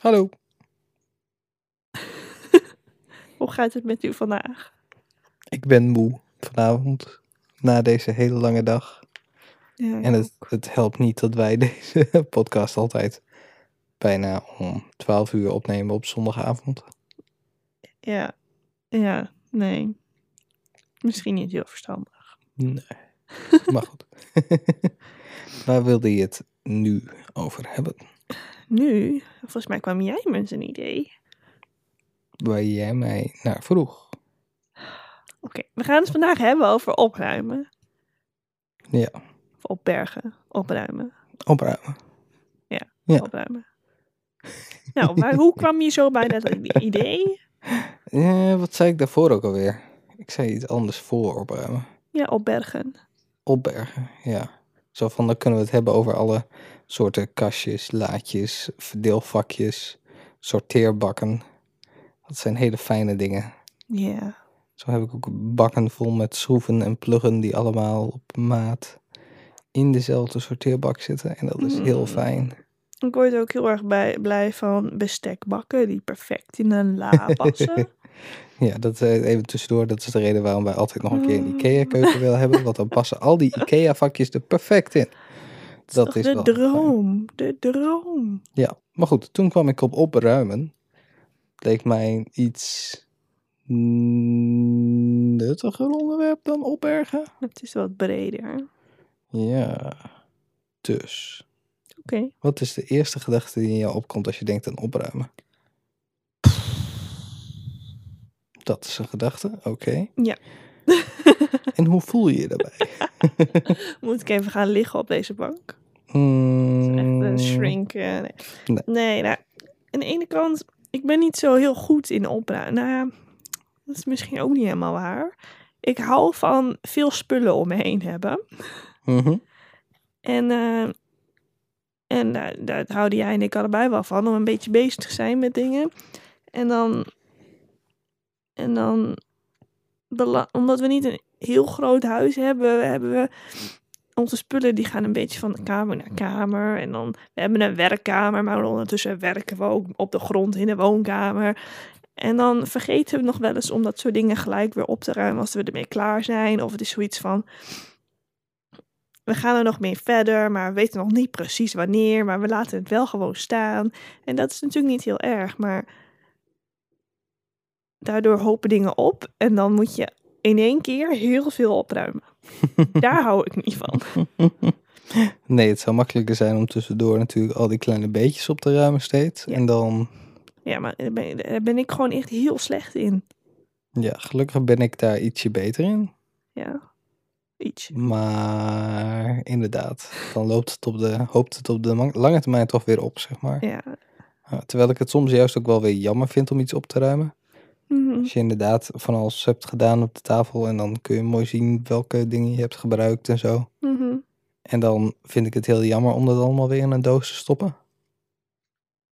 Hallo. Hoe gaat het met u vandaag? Ik ben moe vanavond. Na deze hele lange dag. Ja, En het, het helpt niet dat wij deze podcast altijd bijna om 12 uur opnemen op zondagavond. ja. ja, nee. Misschien niet heel verstandig. Nee. Maar goed. Waar wilde je het nu over hebben? Nu, volgens mij kwam jij met een idee. Waar jij mij naar vroeg. Oké, we gaan het vandaag hebben over opruimen. Ja. Of opbergen, opruimen, Opruimen. Ja. opruimen. Nou, maar hoe kwam je zo bij dat idee? Eh, wat zei ik daarvoor ook alweer? Ik zei iets anders voor opruimen. Ja, opbergen. opbergen. Ja. Zo van, dan kunnen we het hebben over alle soorten kastjes, laadjes, verdeelvakjes, sorteerbakken. Dat zijn hele fijne dingen. Ja, Zo heb ik ook bakken vol met schroeven en pluggen die allemaal op maat in dezelfde sorteerbak zitten. En dat is heel Mm. fijn. ik word ook heel erg bij, blij van bestekbakken die perfect in een la passen. Ja, dat eh, even tussendoor. Dat is de reden waarom wij altijd nog een keer een Mm. IKEA-keuken willen hebben. Want dan passen al die IKEA-vakjes er perfect in. Dat Toch is de wel fijn. droom, de droom. Ja, maar goed, toen kwam ik op opruimen. Het leek mij iets nuttiger onderwerp dan opbergen. Het is wat breder. Oké. Ja. Dus, wat is de eerste gedachte die in jou opkomt als je denkt aan opruimen? Dat is een gedachte, oké. Ja. en hoe voel je je daarbij? Moet ik even gaan liggen op deze bank? Echt Mm, eh, shrinken. Nee. Nee. Nee, nou, aan de ene kant, ik ben niet zo heel goed in opruimen. Nou ja, dat is misschien ook niet helemaal waar. Ik hou van veel spullen om me heen hebben. mhm. En, eh, en daar, daar houden jij en ik allebei wel van, om een beetje bezig te zijn met dingen. En dan, en dan bela- omdat we niet een heel groot huis hebben, hebben we onze spullen die gaan een beetje van kamer naar kamer. En dan, we hebben een werkkamer, maar ondertussen werken we ook op de grond in de woonkamer. En dan vergeten we nog wel eens om dat soort dingen gelijk weer op te ruimen als we ermee klaar zijn. Of het is zoiets van, we gaan er nog mee verder, maar we weten nog niet precies wanneer, maar we laten het wel gewoon staan. En dat is natuurlijk niet heel erg, maar daardoor hopen dingen op en dan moet je in één keer heel veel opruimen. Daar hou ik niet van. Nee, het zou makkelijker zijn om tussendoor natuurlijk al die kleine beetjes op te ruimen steeds. Ja. En dan Ja, maar daar ben, daar ben ik gewoon echt heel slecht in. Ja, gelukkig ben ik daar ietsje beter in. Ja, iets. Maar inderdaad, dan loopt het op de, hoopt het op de lang- lange termijn toch weer op, zeg maar. Ja. Ja, terwijl ik het soms juist ook wel weer jammer vind om iets op te ruimen. Mhm. Als je inderdaad van alles hebt gedaan op de tafel en dan kun je mooi zien welke dingen je hebt gebruikt en zo. Mhm. En dan vind ik het heel jammer om dat allemaal weer in een doos te stoppen.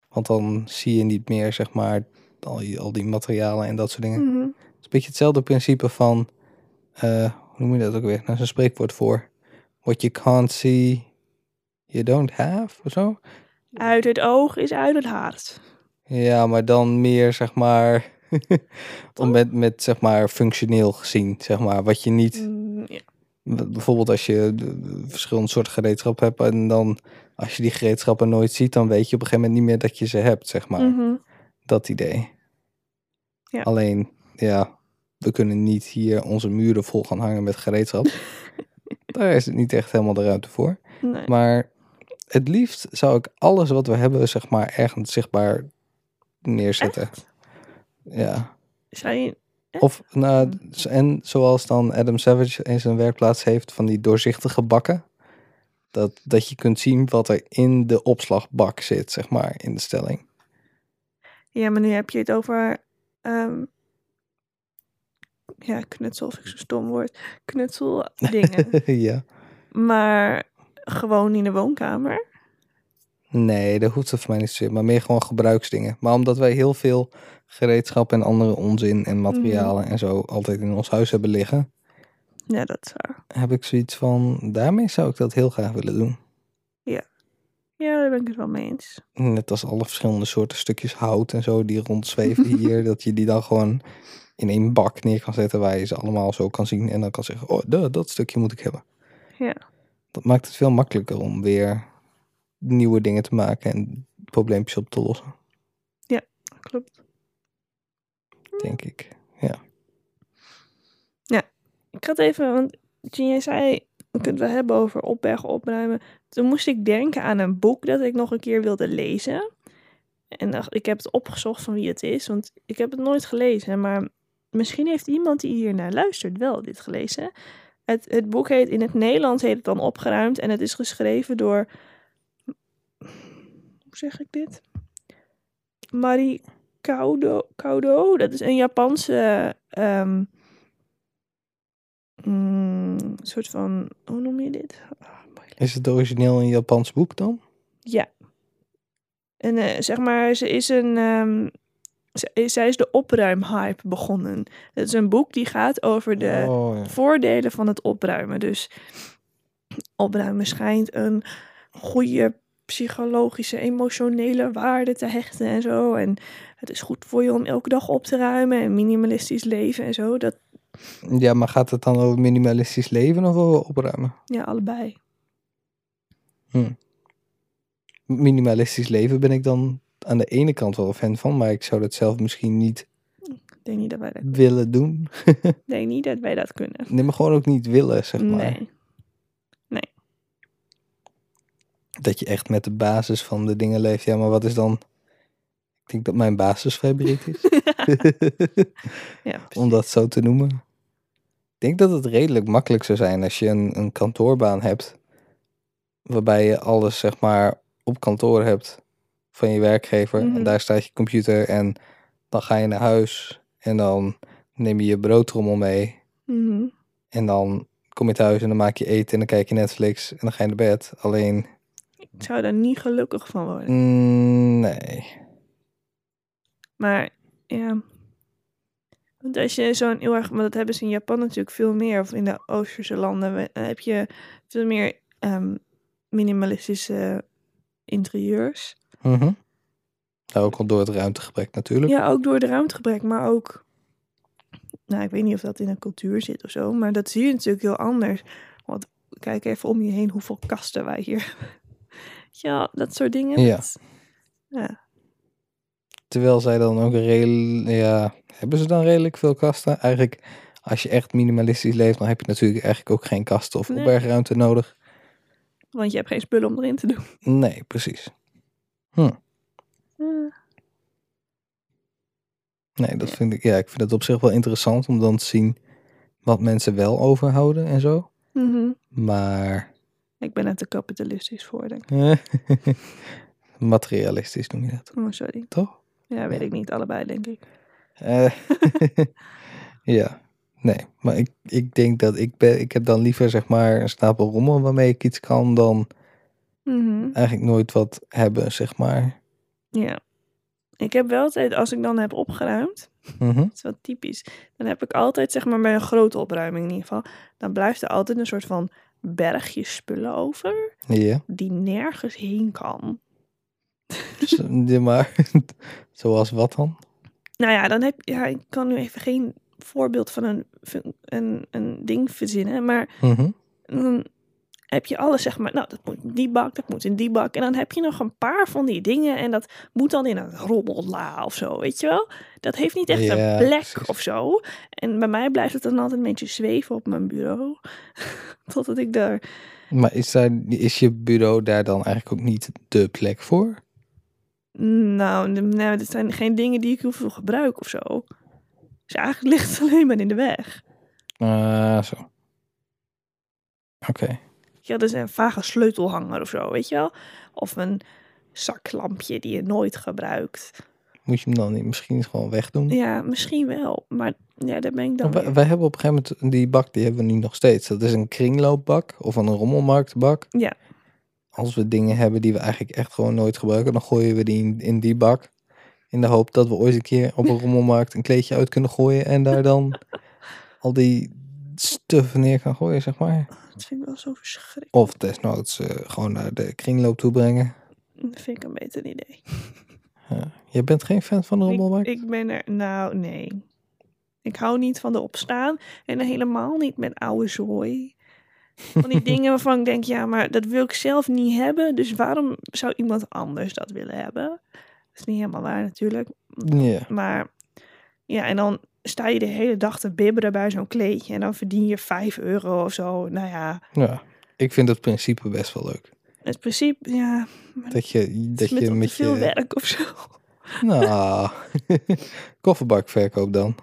Want dan zie je niet meer, zeg maar, al die, al die materialen en dat soort dingen. Mhm. Het is een beetje hetzelfde principe van, eh, hoe noem je dat ook weer? Nou, zo'n spreekwoord voor. What you can't see, you don't have, of zo. Uit het oog is uit het hart. Ja, maar dan meer, zeg maar, Toch? om met, met, zeg maar, functioneel gezien, zeg maar. Wat je niet, Mm, ja. b- bijvoorbeeld als je eh, verschillende soorten gereedschap hebt en dan, als je die gereedschappen nooit ziet, dan weet je op een gegeven moment niet meer dat je ze hebt, zeg maar. Mhm. Dat idee. Ja. Alleen, ja, we kunnen niet hier onze muren vol gaan hangen met gereedschap. Daar is het niet echt helemaal de ruimte voor. Nee. Maar het liefst zou ik alles wat we hebben, zeg maar, ergens zichtbaar neerzetten. Ja. Zou je... Echt? Mm. Of, nou, s- en zoals dan Adam Savage in zijn werkplaats heeft van die doorzichtige bakken. Dat, dat je kunt zien wat er in de opslagbak zit, zeg maar, in de stelling. Ja, maar nu heb je het over. ehm, ja, knutsel, of ik zo stom word. Knutseldingen. ja. maar gewoon in de woonkamer. Nee, dat hoeft er voor mij niet zozeer. Maar meer gewoon gebruiksdingen. Maar omdat wij heel veel gereedschap en andere onzin en materialen en zo altijd in ons huis hebben liggen, Ja, dat is waar. heb ik zoiets van, daarmee zou ik dat heel graag willen doen. Ja. Ja, daar ben ik het wel mee eens. Net als alle verschillende soorten stukjes hout en zo die rondzweven hier. Dat je die dan gewoon in één bak neer kan zetten waar je ze allemaal zo kan zien. En dan kan zeggen, oh, da- dat stukje moet ik hebben. Ja. Dat maakt het veel makkelijker om weer nieuwe dingen te maken en probleempjes op te lossen, Klopt. denk ik. Ik had even, want toen jij zei, we kunnen het wel hebben over opbergen, opruimen. Toen moest ik denken aan een boek dat ik nog een keer wilde lezen. En dacht, ik heb het opgezocht van wie het is, want ik heb het nooit gelezen. Maar misschien heeft iemand die hiernaar luistert wel dit gelezen. Het, het boek heet, in het Nederlands heet het dan Opgeruimd. En het is geschreven door, hoe zeg ik dit? Marie Kaudo, Kaudo. Dat is een Japanse ehm, mm, soort van, hoe noem je dit? Ah, moeilijk. Is het origineel een Japans boek dan? Ja. En eh, zeg maar, ze is een. ehm, ze- zij is de opruimhype begonnen. Het is een boek die gaat over de Oh, ja. voordelen van het opruimen. Dus opruimen schijnt een goede psychologische, emotionele waarde te hechten en zo. En het is goed voor je om elke dag op te ruimen en minimalistisch leven en zo. Dat, Ja, maar gaat het dan over minimalistisch leven of over opruimen? ja, allebei. Minimalistisch leven ben ik dan aan de ene kant wel een fan van, maar ik zou dat zelf misschien niet Ik denk niet dat wij dat, willen doen. ik denk niet dat, wij dat kunnen. Nee, maar gewoon ook niet willen, zeg maar. Nee. Dat je echt met de basis van de dingen leeft. Ja, maar wat is dan... Ik denk dat mijn basisfavoriet is, ja, om dat zo te noemen. Ik denk dat het redelijk makkelijk zou zijn als je een, een kantoorbaan hebt... waarbij je alles, zeg maar, op kantoor hebt van je werkgever. Mhm. En daar staat je computer en dan ga je naar huis. En dan neem je je broodtrommel mee. Mhm. En dan kom je thuis en dan maak je eten en dan kijk je Netflix en dan ga je naar bed. Alleen... Ik zou daar niet gelukkig van worden. Mm, nee. Maar ja. Want als je zo'n heel erg. Maar dat hebben ze in Japan natuurlijk veel meer. Of in de Oosterse landen. we- eh, heb je veel meer ehm, minimalistische interieurs. Mhm. Nou, ook al door het ruimtegebrek natuurlijk. Ja, ook door de ruimtegebrek. Maar ook. Nou, ik weet niet of dat in een cultuur zit of zo. Maar dat zie je natuurlijk heel anders. Want kijk even om je heen hoeveel kasten wij hier hebben. Ja, dat soort dingen. Ja. dat- Terwijl zij dan ook redelijk... Ja, hebben ze dan redelijk veel kasten? Eigenlijk, als je echt minimalistisch leeft, dan heb je natuurlijk eigenlijk ook geen kasten of Nee. opbergruimte nodig. want je hebt geen spullen om erin te doen. Nee, precies. Ja. Nee, dat Ja. vind ik... Ja, ik vind het op zich wel interessant om dan te zien wat mensen wel overhouden en zo. Mhm. Maar... Ik ben er te kapitalistisch voor, denk ik. materialistisch noem je dat, Oh, sorry. toch? Ja, weet ik niet. Allebei, denk ik. Eh, ja, nee. Maar ik, ik denk dat ik ben, ik heb dan liever zeg maar een stapel rommel waarmee ik iets kan dan eigenlijk nooit wat hebben, zeg maar. Mhm. Ja. Ik heb wel altijd, als ik dan heb opgeruimd, Mhm. dat is wel typisch, dan heb ik altijd, zeg maar bij een grote opruiming in ieder geval, dan blijft er altijd een soort van bergje spullen over, Ja, die nergens heen kan. Dus, ja, maar zoals wat dan? Nou ja, dan heb ja, ik kan nu even geen voorbeeld van een, fun- een, een ding verzinnen, maar Mhm. dan heb je alles, zeg maar, nou, dat moet in die bak, dat moet in die bak. En dan heb je nog een paar van die dingen en dat moet dan in een rommella of zo, weet je wel? Dat heeft niet echt Ja, een plek precies. of zo. En bij mij blijft het dan altijd een beetje zweven op mijn bureau. Totdat ik daar... Maar is, daar, is je bureau daar dan eigenlijk ook niet de plek voor? Nou, de- nou, dit zijn geen dingen die ik heel veel gebruik of zo. Dus eigenlijk ligt het alleen maar in de weg. Ah, zo. Oké. Ja, dus een vage sleutelhanger of zo, weet je wel? Of een zaklampje die je nooit gebruikt. Moet je hem dan niet misschien gewoon wegdoen? Ja, misschien wel. Maar ja, daar ben ik dan Wij, weer- wij hebben op een gegeven moment die bak, die hebben we nu nog steeds. Dat is een kringloopbak of een rommelmarktbak. Ja. Als we dingen hebben die we eigenlijk echt gewoon nooit gebruiken, dan gooien we die in, in die bak. In de hoop dat we ooit een keer op een rommelmarkt een kleedje uit kunnen gooien en daar dan al die stuff neer kan gooien, zeg maar. Oh. Dat vind ik wel zo verschrikkelijk. Of desnoods eh, gewoon naar de kringloop toe brengen. Dat vind ik een beter idee. Je bent geen fan van de Ik, rommelmarkt? ik ben er, nou nee. Ik hou niet van de opstaan en helemaal niet met oude zooi. Van die dingen waarvan ik denk, ja, maar dat wil ik zelf niet hebben. Dus waarom zou iemand anders dat willen hebben? Dat is niet helemaal waar natuurlijk. Ja. Maar ja, en dan sta je de hele dag te bibberen bij zo'n kleedje. En dan verdien je 5 euro of zo. Nou ja, ja. Ik vind het principe best wel leuk. het principe, ja, Dat je, het is met dat je al te met veel je... werk of zo. Nou, kofferbakverkoop dan.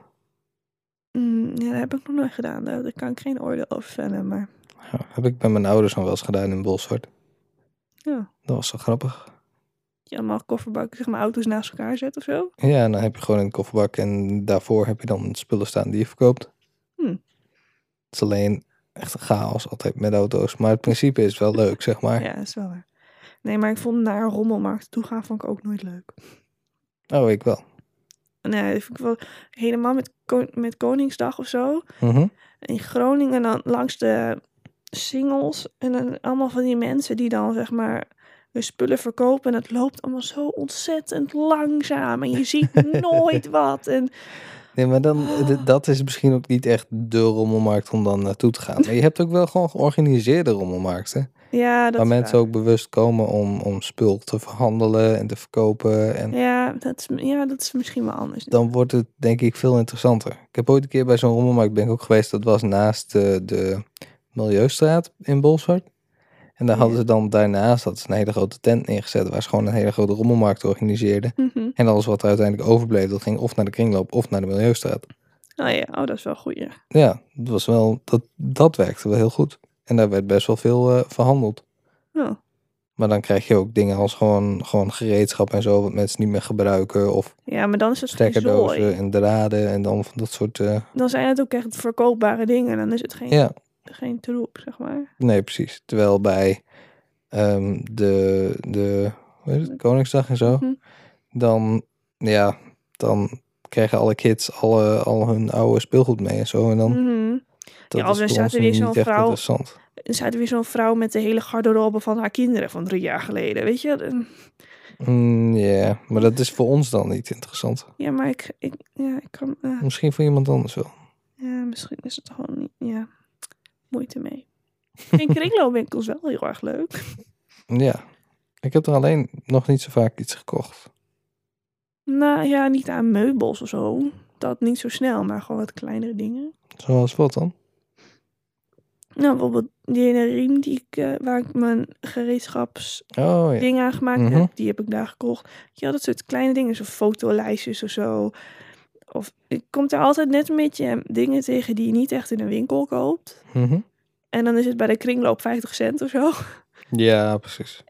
Mm, ja, dat heb ik nog nooit gedaan. Daar daar kan ik geen oordeel over vellen. Maar Ja, heb ik bij mijn ouders nog wel eens gedaan in Bolsward. Ja. Dat was zo grappig. je allemaal kofferbakken, zeg maar auto's naast elkaar zet of zo. Ja, en dan heb je gewoon een kofferbak en daarvoor heb je dan spullen staan die je verkoopt. Hm. Het is alleen echt een chaos altijd met auto's, maar het principe is wel leuk, zeg maar. Ja, dat is wel waar. Nee, maar ik vond naar een rommelmarkt toe gaan vond ik ook nooit leuk. Oh, ik wel. Nee, dat vind ik wel helemaal met, Kon- met Koningsdag of zo. Mhm. in Groningen dan langs de singles. En dan allemaal van die mensen die dan zeg maar hun spullen verkopen. En het loopt allemaal zo ontzettend langzaam. En je ziet nooit wat. En Nee, maar dan, d- dat is misschien ook niet echt de rommelmarkt om dan naartoe te gaan. Maar je hebt ook wel gewoon georganiseerde rommelmarkten. ja, dat Waar is mensen waar. ook bewust komen om, om spul te verhandelen en te verkopen. En Ja, dat is, ja, dat is misschien wel anders. dan wordt het denk ik veel interessanter. Ik heb ooit een keer bij zo'n rommelmarkt ben ik ook geweest. Dat was naast eh, de Milieustraat in Bolsward. En daar Ja. hadden ze dan daarnaast dat ze een hele grote tent neergezet. Waar ze gewoon een hele grote rommelmarkt organiseerden. Mhm. En alles wat er uiteindelijk overbleef, dat ging of naar de kringloop of naar de Milieustraat. Oh ja, oh, dat is wel goed. Ja. Ja, dat, was wel, dat, dat werkte wel heel goed. En daar werd best wel veel eh, verhandeld. Oh, Maar dan krijg je ook dingen als gewoon, gewoon gereedschap en zo, wat mensen niet meer gebruiken. Of ja, maar dan is het geen zooi. stekkerdozen en draden en dan van dat soort. eh, Dan zijn het ook echt verkoopbare dingen. Dan is het geen, ja, geen troep, zeg maar. nee, precies. Terwijl bij ehm, de, de hoe heet het, Koningsdag en zo, Mhm. dan, ja, dan krijgen alle kids alle, al hun oude speelgoed mee en zo. En dan Mhm. dat Ja, of is dan voor staat ons er weer niet zo'n echt vrouw- interessant. Er staat weer zo'n vrouw met de hele garderobe van haar kinderen van drie jaar geleden. Weet je, Dan- Mm, Ja, maar dat is voor ons dan niet interessant. Ja, maar ik, ik, ja, ik kan. eh, Misschien voor iemand anders wel. ja, misschien is het gewoon niet. Ja, moeite mee. In kringloopwinkels wel heel erg leuk. Ja, ik heb er alleen nog niet zo vaak iets gekocht. Nou ja, niet aan meubels of zo. Dat niet zo snel, maar gewoon wat kleinere dingen. Zoals wat dan? Nou, bijvoorbeeld die ene riem die ik, eh, waar ik mijn gereedschapsding Oh ja. aan gemaakt Mhm. heb, die heb ik daar gekocht. Ja, dat soort kleine dingen, zoals fotolijstjes of zo. Of ik kom daar altijd net een beetje eh, dingen tegen die je niet echt in een winkel koopt. Mhm. En dan is het bij de kringloop 50 cent of zo. Ja, precies.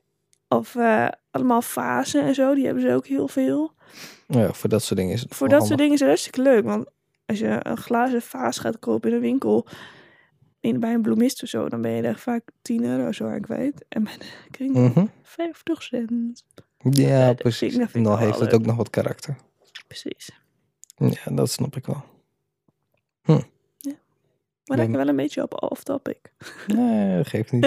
Of eh, allemaal fasen en zo, die hebben ze ook heel veel. Ja, voor dat soort dingen is het Voor wel dat soort dingen is het hartstikke leuk. Want als je een glazen vaas gaat kopen in een winkel, in, bij een bloemist of zo, dan ben je daar vaak 10 euro zo aan kwijt. En bij de kringloop handig. Mhm. 50 cent. Ja, Ja, dat vind precies. ik- dat vind En ik dan wel heeft het leuk. ook nog wat karakter. Precies. Ja, dat snap ik wel. Maar Ja. dan wel een beetje op off-topic. Nee, dat geeft niet.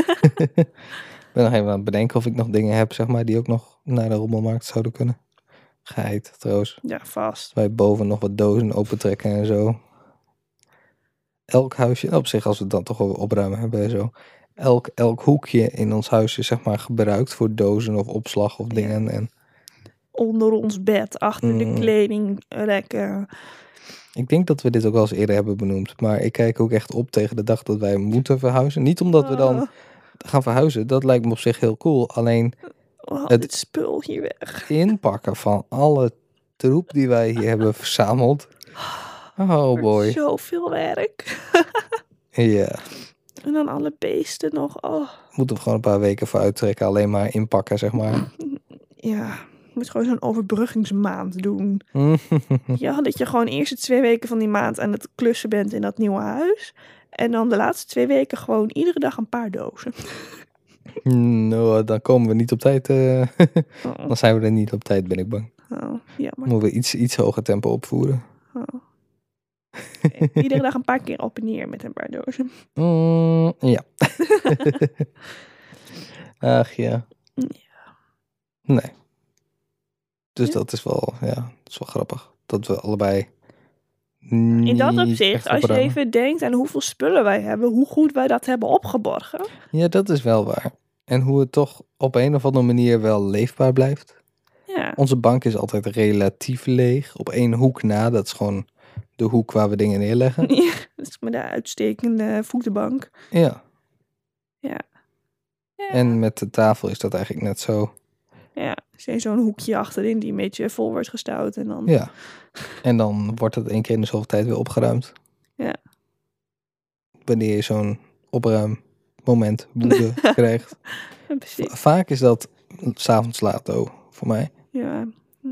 ik ben nog even aan het bedenken of ik nog dingen heb, zeg maar, die ook nog naar de rommelmarkt zouden kunnen. Geheid, trouwens. Ja, vast. Wij boven nog wat dozen opentrekken en zo. Elk huisje, op zich als we het dan toch over opruimen hebben en zo. Elk, elk hoekje in ons huis is zeg maar gebruikt voor dozen of opslag of dingen. En Onder ons bed, achter de Mm. kledingrekken. ik denk dat we dit ook wel eens eerder hebben benoemd. Maar ik kijk ook echt op tegen de dag dat wij moeten verhuizen. Niet omdat we dan Oh, gaan verhuizen, dat lijkt me op zich heel cool. Alleen oh, het- dit spul hier weg. inpakken van alle troep die wij hier hebben verzameld. Oh boy. Zoveel werk. Ja, En dan alle beesten nog. Oh. moeten we gewoon een paar weken voor uittrekken. Alleen maar inpakken, zeg maar. Ja, je moet gewoon zo'n overbruggingsmaand doen. Hm. Ja, dat je gewoon eerst de twee weken van die maand aan het klussen bent in dat nieuwe huis. En dan de laatste twee weken gewoon iedere dag een paar dozen. nou, dan komen we niet op tijd. eh, Oh, dan zijn we er niet op tijd, ben ik bang. oh, jammer. Moeten we iets, iets hoger tempo opvoeren. Oh. Oké, Iedere dag een paar keer op en neer met een paar dozen. Mm, ja. Ach ja. Ja. Nee. Dus Ja. dat is wel, ja, dat is wel grappig. Dat we allebei. In dat niet opzicht, echt als je opruimen. even denkt aan hoeveel spullen wij hebben, hoe goed wij dat hebben opgeborgen. Ja, dat is wel waar. En hoe het toch op een of andere manier wel leefbaar blijft. Ja, Onze bank is altijd relatief leeg. Op één hoek na, dat is gewoon de hoek waar we dingen neerleggen. ja dat is met de uitstekende voetenbank. Ja. Ja, En met de tafel is dat eigenlijk net zo. ja. er zit zo'n hoekje achterin die een beetje vol wordt gestouwd. En dan, Ja. En dan wordt het één keer in de zoveel tijd weer opgeruimd. Ja. Wanneer je zo'n opruimmoment woede krijgt. Ja, precies. Va- Vaak is dat s'avonds laat, oh, voor mij. Ja.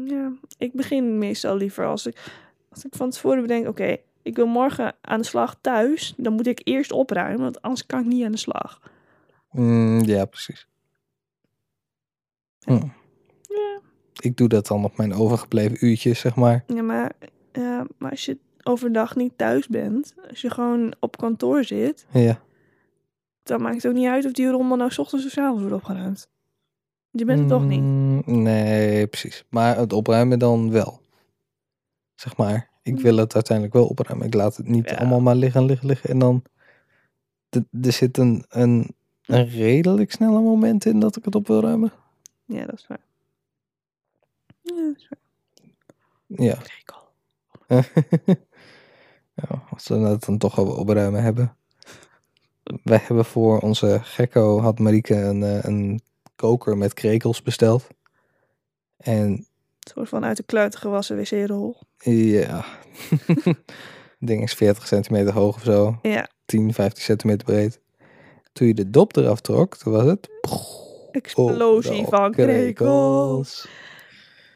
ja, ik begin meestal liever als ik, als ik van tevoren bedenk, oké, ik wil morgen aan de slag thuis. Dan moet ik eerst opruimen, want anders kan ik niet aan de slag. Mm, ja, precies. Hm. Ja. Ik doe dat dan op mijn overgebleven uurtjes, zeg maar. Ja, maar, ja, maar als je overdag niet thuis bent, als je gewoon op kantoor zit, Ja. dan maakt het ook niet uit of die rommel nou 's ochtends of 's avonds wordt opgeruimd. Je bent het toch niet. Mm, Nee, precies. Maar het opruimen dan wel. Zeg maar. Ik Hm. wil het uiteindelijk wel opruimen. Ik laat het niet Ja. allemaal maar liggen, liggen, liggen. En dan... d- Er zit een, een, een redelijk snelle moment in dat ik het op wil ruimen. Ja, dat is waar. Ja, dat is waar. Ja. Krekel. ja, als we het dan toch over opruimen hebben. Wij hebben voor onze gekko, had Marieke een, eh, een koker met krekels besteld. En Een soort van uit de kluiten gewassen wc-rol. ja, ding is 40 centimeter hoog of zo. Ja, 10, 15 centimeter breed. Toen je de dop eraf trok, toen was het... Oh, explosie Overal van krekels.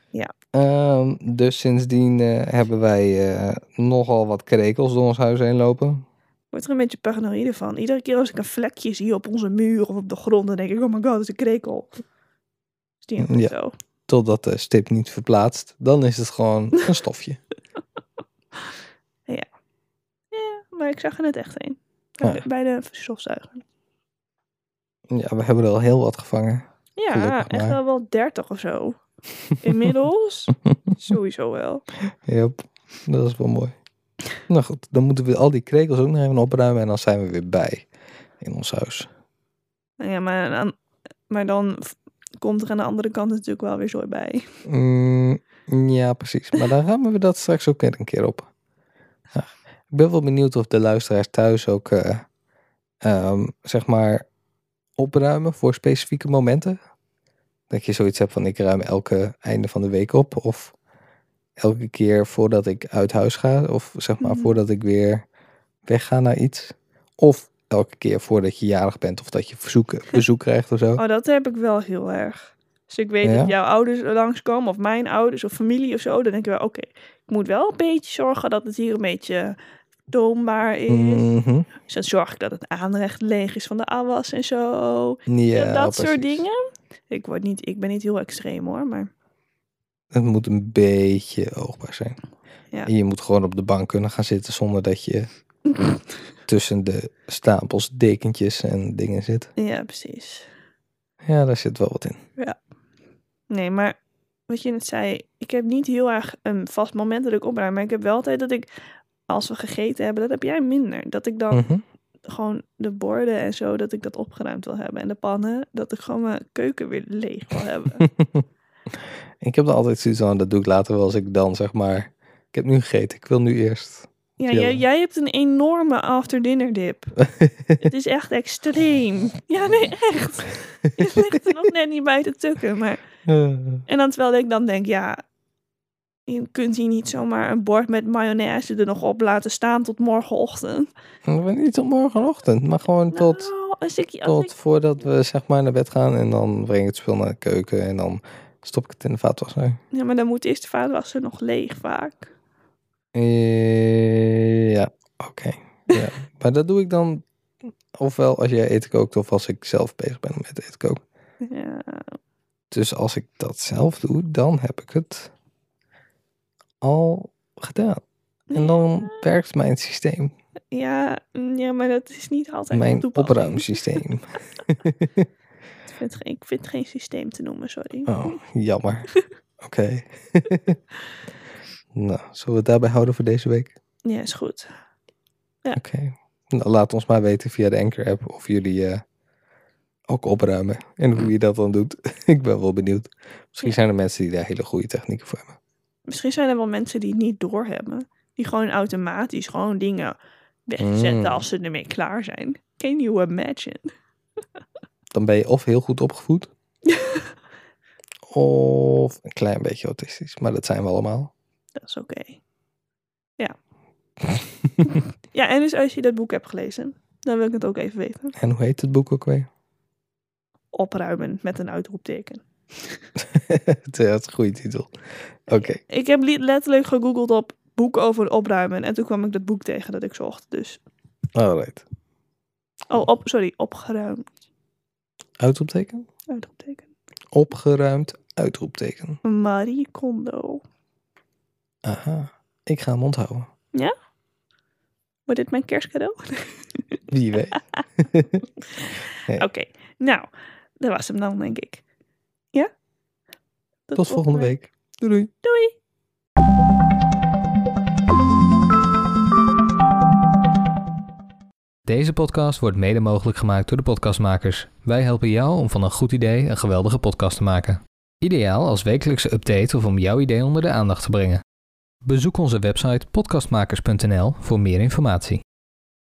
Ja. Ehm, dus sindsdien eh, hebben wij eh, nogal wat krekels door ons huis heen lopen. Ik word er een beetje paranoïde van. Iedere keer als ik een vlekje zie op onze muur of op de grond, dan denk ik, oh my god, dat is een krekel. Is die een Ja. zo? totdat de stip niet verplaatst, dan is het gewoon een stofje. Ja, maar ik zag er net echt een. Ja. Bij, de- bij de stofzuiger. Ja, we hebben er al heel wat gevangen. Ja, Gelukkig echt maar. wel wel 30 of zo. Inmiddels sowieso wel. Yep, dat is wel mooi. Nou goed, dan moeten we al die krekels ook nog even opruimen en dan zijn we weer bij in ons huis. Nou ja, maar, aan- maar dan v- komt er aan de andere kant natuurlijk wel weer zooi bij. Mm, ja, precies. Maar dan gaan we dat straks ook weer een keer op. Ja. Ik ben wel benieuwd of de luisteraars thuis ook, eh, ehm, zeg maar, opruimen voor specifieke momenten. Dat je zoiets hebt van ik ruim elke einde van de week op. Of elke keer voordat ik uit huis ga. Of zeg maar Mhm. voordat ik weer wegga naar iets. Of elke keer voordat je jarig bent of dat je verzoek, bezoek krijgt of zo. Oh, dat heb ik wel heel erg. Dus ik weet Ja? dat jouw ouders langskomen, of mijn ouders, of familie of zo. Dan denk ik wel, oké, ik moet wel een beetje zorgen dat het hier een beetje doombaar is. Mhm. Dus dan zorg ik dat het aanrecht leeg is van de afwas en zo. Ja, en dat soort precies. dingen. Ik, word niet, ik ben niet heel extreem hoor, maar Het moet een beetje oogbaar zijn. Ja. En je moet gewoon op de bank kunnen gaan zitten zonder dat je tussen de stapels dekentjes en dingen zit. ja, precies. Ja, daar zit wel wat in. Nee, maar wat je net zei, ik heb niet heel erg een vast moment dat ik opruim. Maar ik heb wel altijd dat ik, als we gegeten hebben, dat heb jij minder. Dat ik dan Mhm. gewoon de borden en zo, dat ik dat opgeruimd wil hebben. En de pannen, dat ik gewoon mijn keuken weer leeg wil hebben. Ik heb er altijd zoiets aan, dat doe ik later wel als ik dan zeg maar... Ik heb nu gegeten, ik wil nu eerst. Ja, Chillen. jij, jij hebt een enorme after dinner dip. Het is echt extreem. Ja, nee, echt. Het ligt er nog net niet bij te tukken, maar... En dan terwijl ik dan denk, ja, je kunt hier niet zomaar een bord met mayonaise er nog op laten staan tot morgenochtend. maar niet tot morgenochtend, maar gewoon tot, Nou, als ik, als tot voordat we zeg maar naar bed gaan. En dan breng ik het spul naar de keuken en dan stop ik het in de vaatwasser. ik- ja, maar dan moet eerst de vaatwasser nog leeg vaak. Eh, Ja, oké. Ja. maar dat doe ik dan ofwel als jij eten kookt of als ik zelf bezig ben met eten koken. Ja, Dus als ik dat zelf doe, dan heb ik het al gedaan. En dan werkt mijn systeem, ja, mm, ja maar dat is niet altijd mijn toepassing. opruimsysteem. Het vind, het geen- ik vind het geen systeem te noemen, sorry. Oh, jammer. Oké. nou, zullen we het daarbij houden voor deze week? Ja, is goed. Oké. Nou, laat ons maar weten via de Anchor-app of jullie eh, ook opruimen. En hoe je dat dan doet. ik ben wel benieuwd. Misschien Ja. zijn er mensen die daar hele goede technieken voor hebben. Misschien zijn er wel mensen die het niet doorhebben. Die gewoon automatisch gewoon dingen wegzetten Mm. als ze ermee klaar zijn. Can you imagine? Dan ben je of heel goed opgevoed. of een klein beetje autistisch. Maar dat zijn we allemaal. Dat is oké. Ja. ja, en dus als je dat boek hebt gelezen, dan wil ik het ook even weten. En hoe heet het boek ook weer? Opruimen met een uitroepteken. het is een goede titel. Oké. Ik heb li- letterlijk gegoogeld op boek over opruimen. En toen kwam ik dat boek tegen dat ik zocht. Dus, Alright. oh, op, sorry, opgeruimd. Uitroepteken? Uitroepteken. Opgeruimd uitroepteken. Marie Kondo. Aha. Ik ga hem onthouden. Wordt dit mijn kerstcadeau? Wie weet. Oké, nou, dat was hem dan, denk ik. Ja? Tot volgende week. Doei doei. Doei! Deze podcast wordt mede mogelijk gemaakt door de podcastmakers. Wij helpen jou om van een goed idee een geweldige podcast te maken. Ideaal als wekelijkse update of om jouw idee onder de aandacht te brengen. Bezoek onze website podcastmakers.nl voor meer informatie.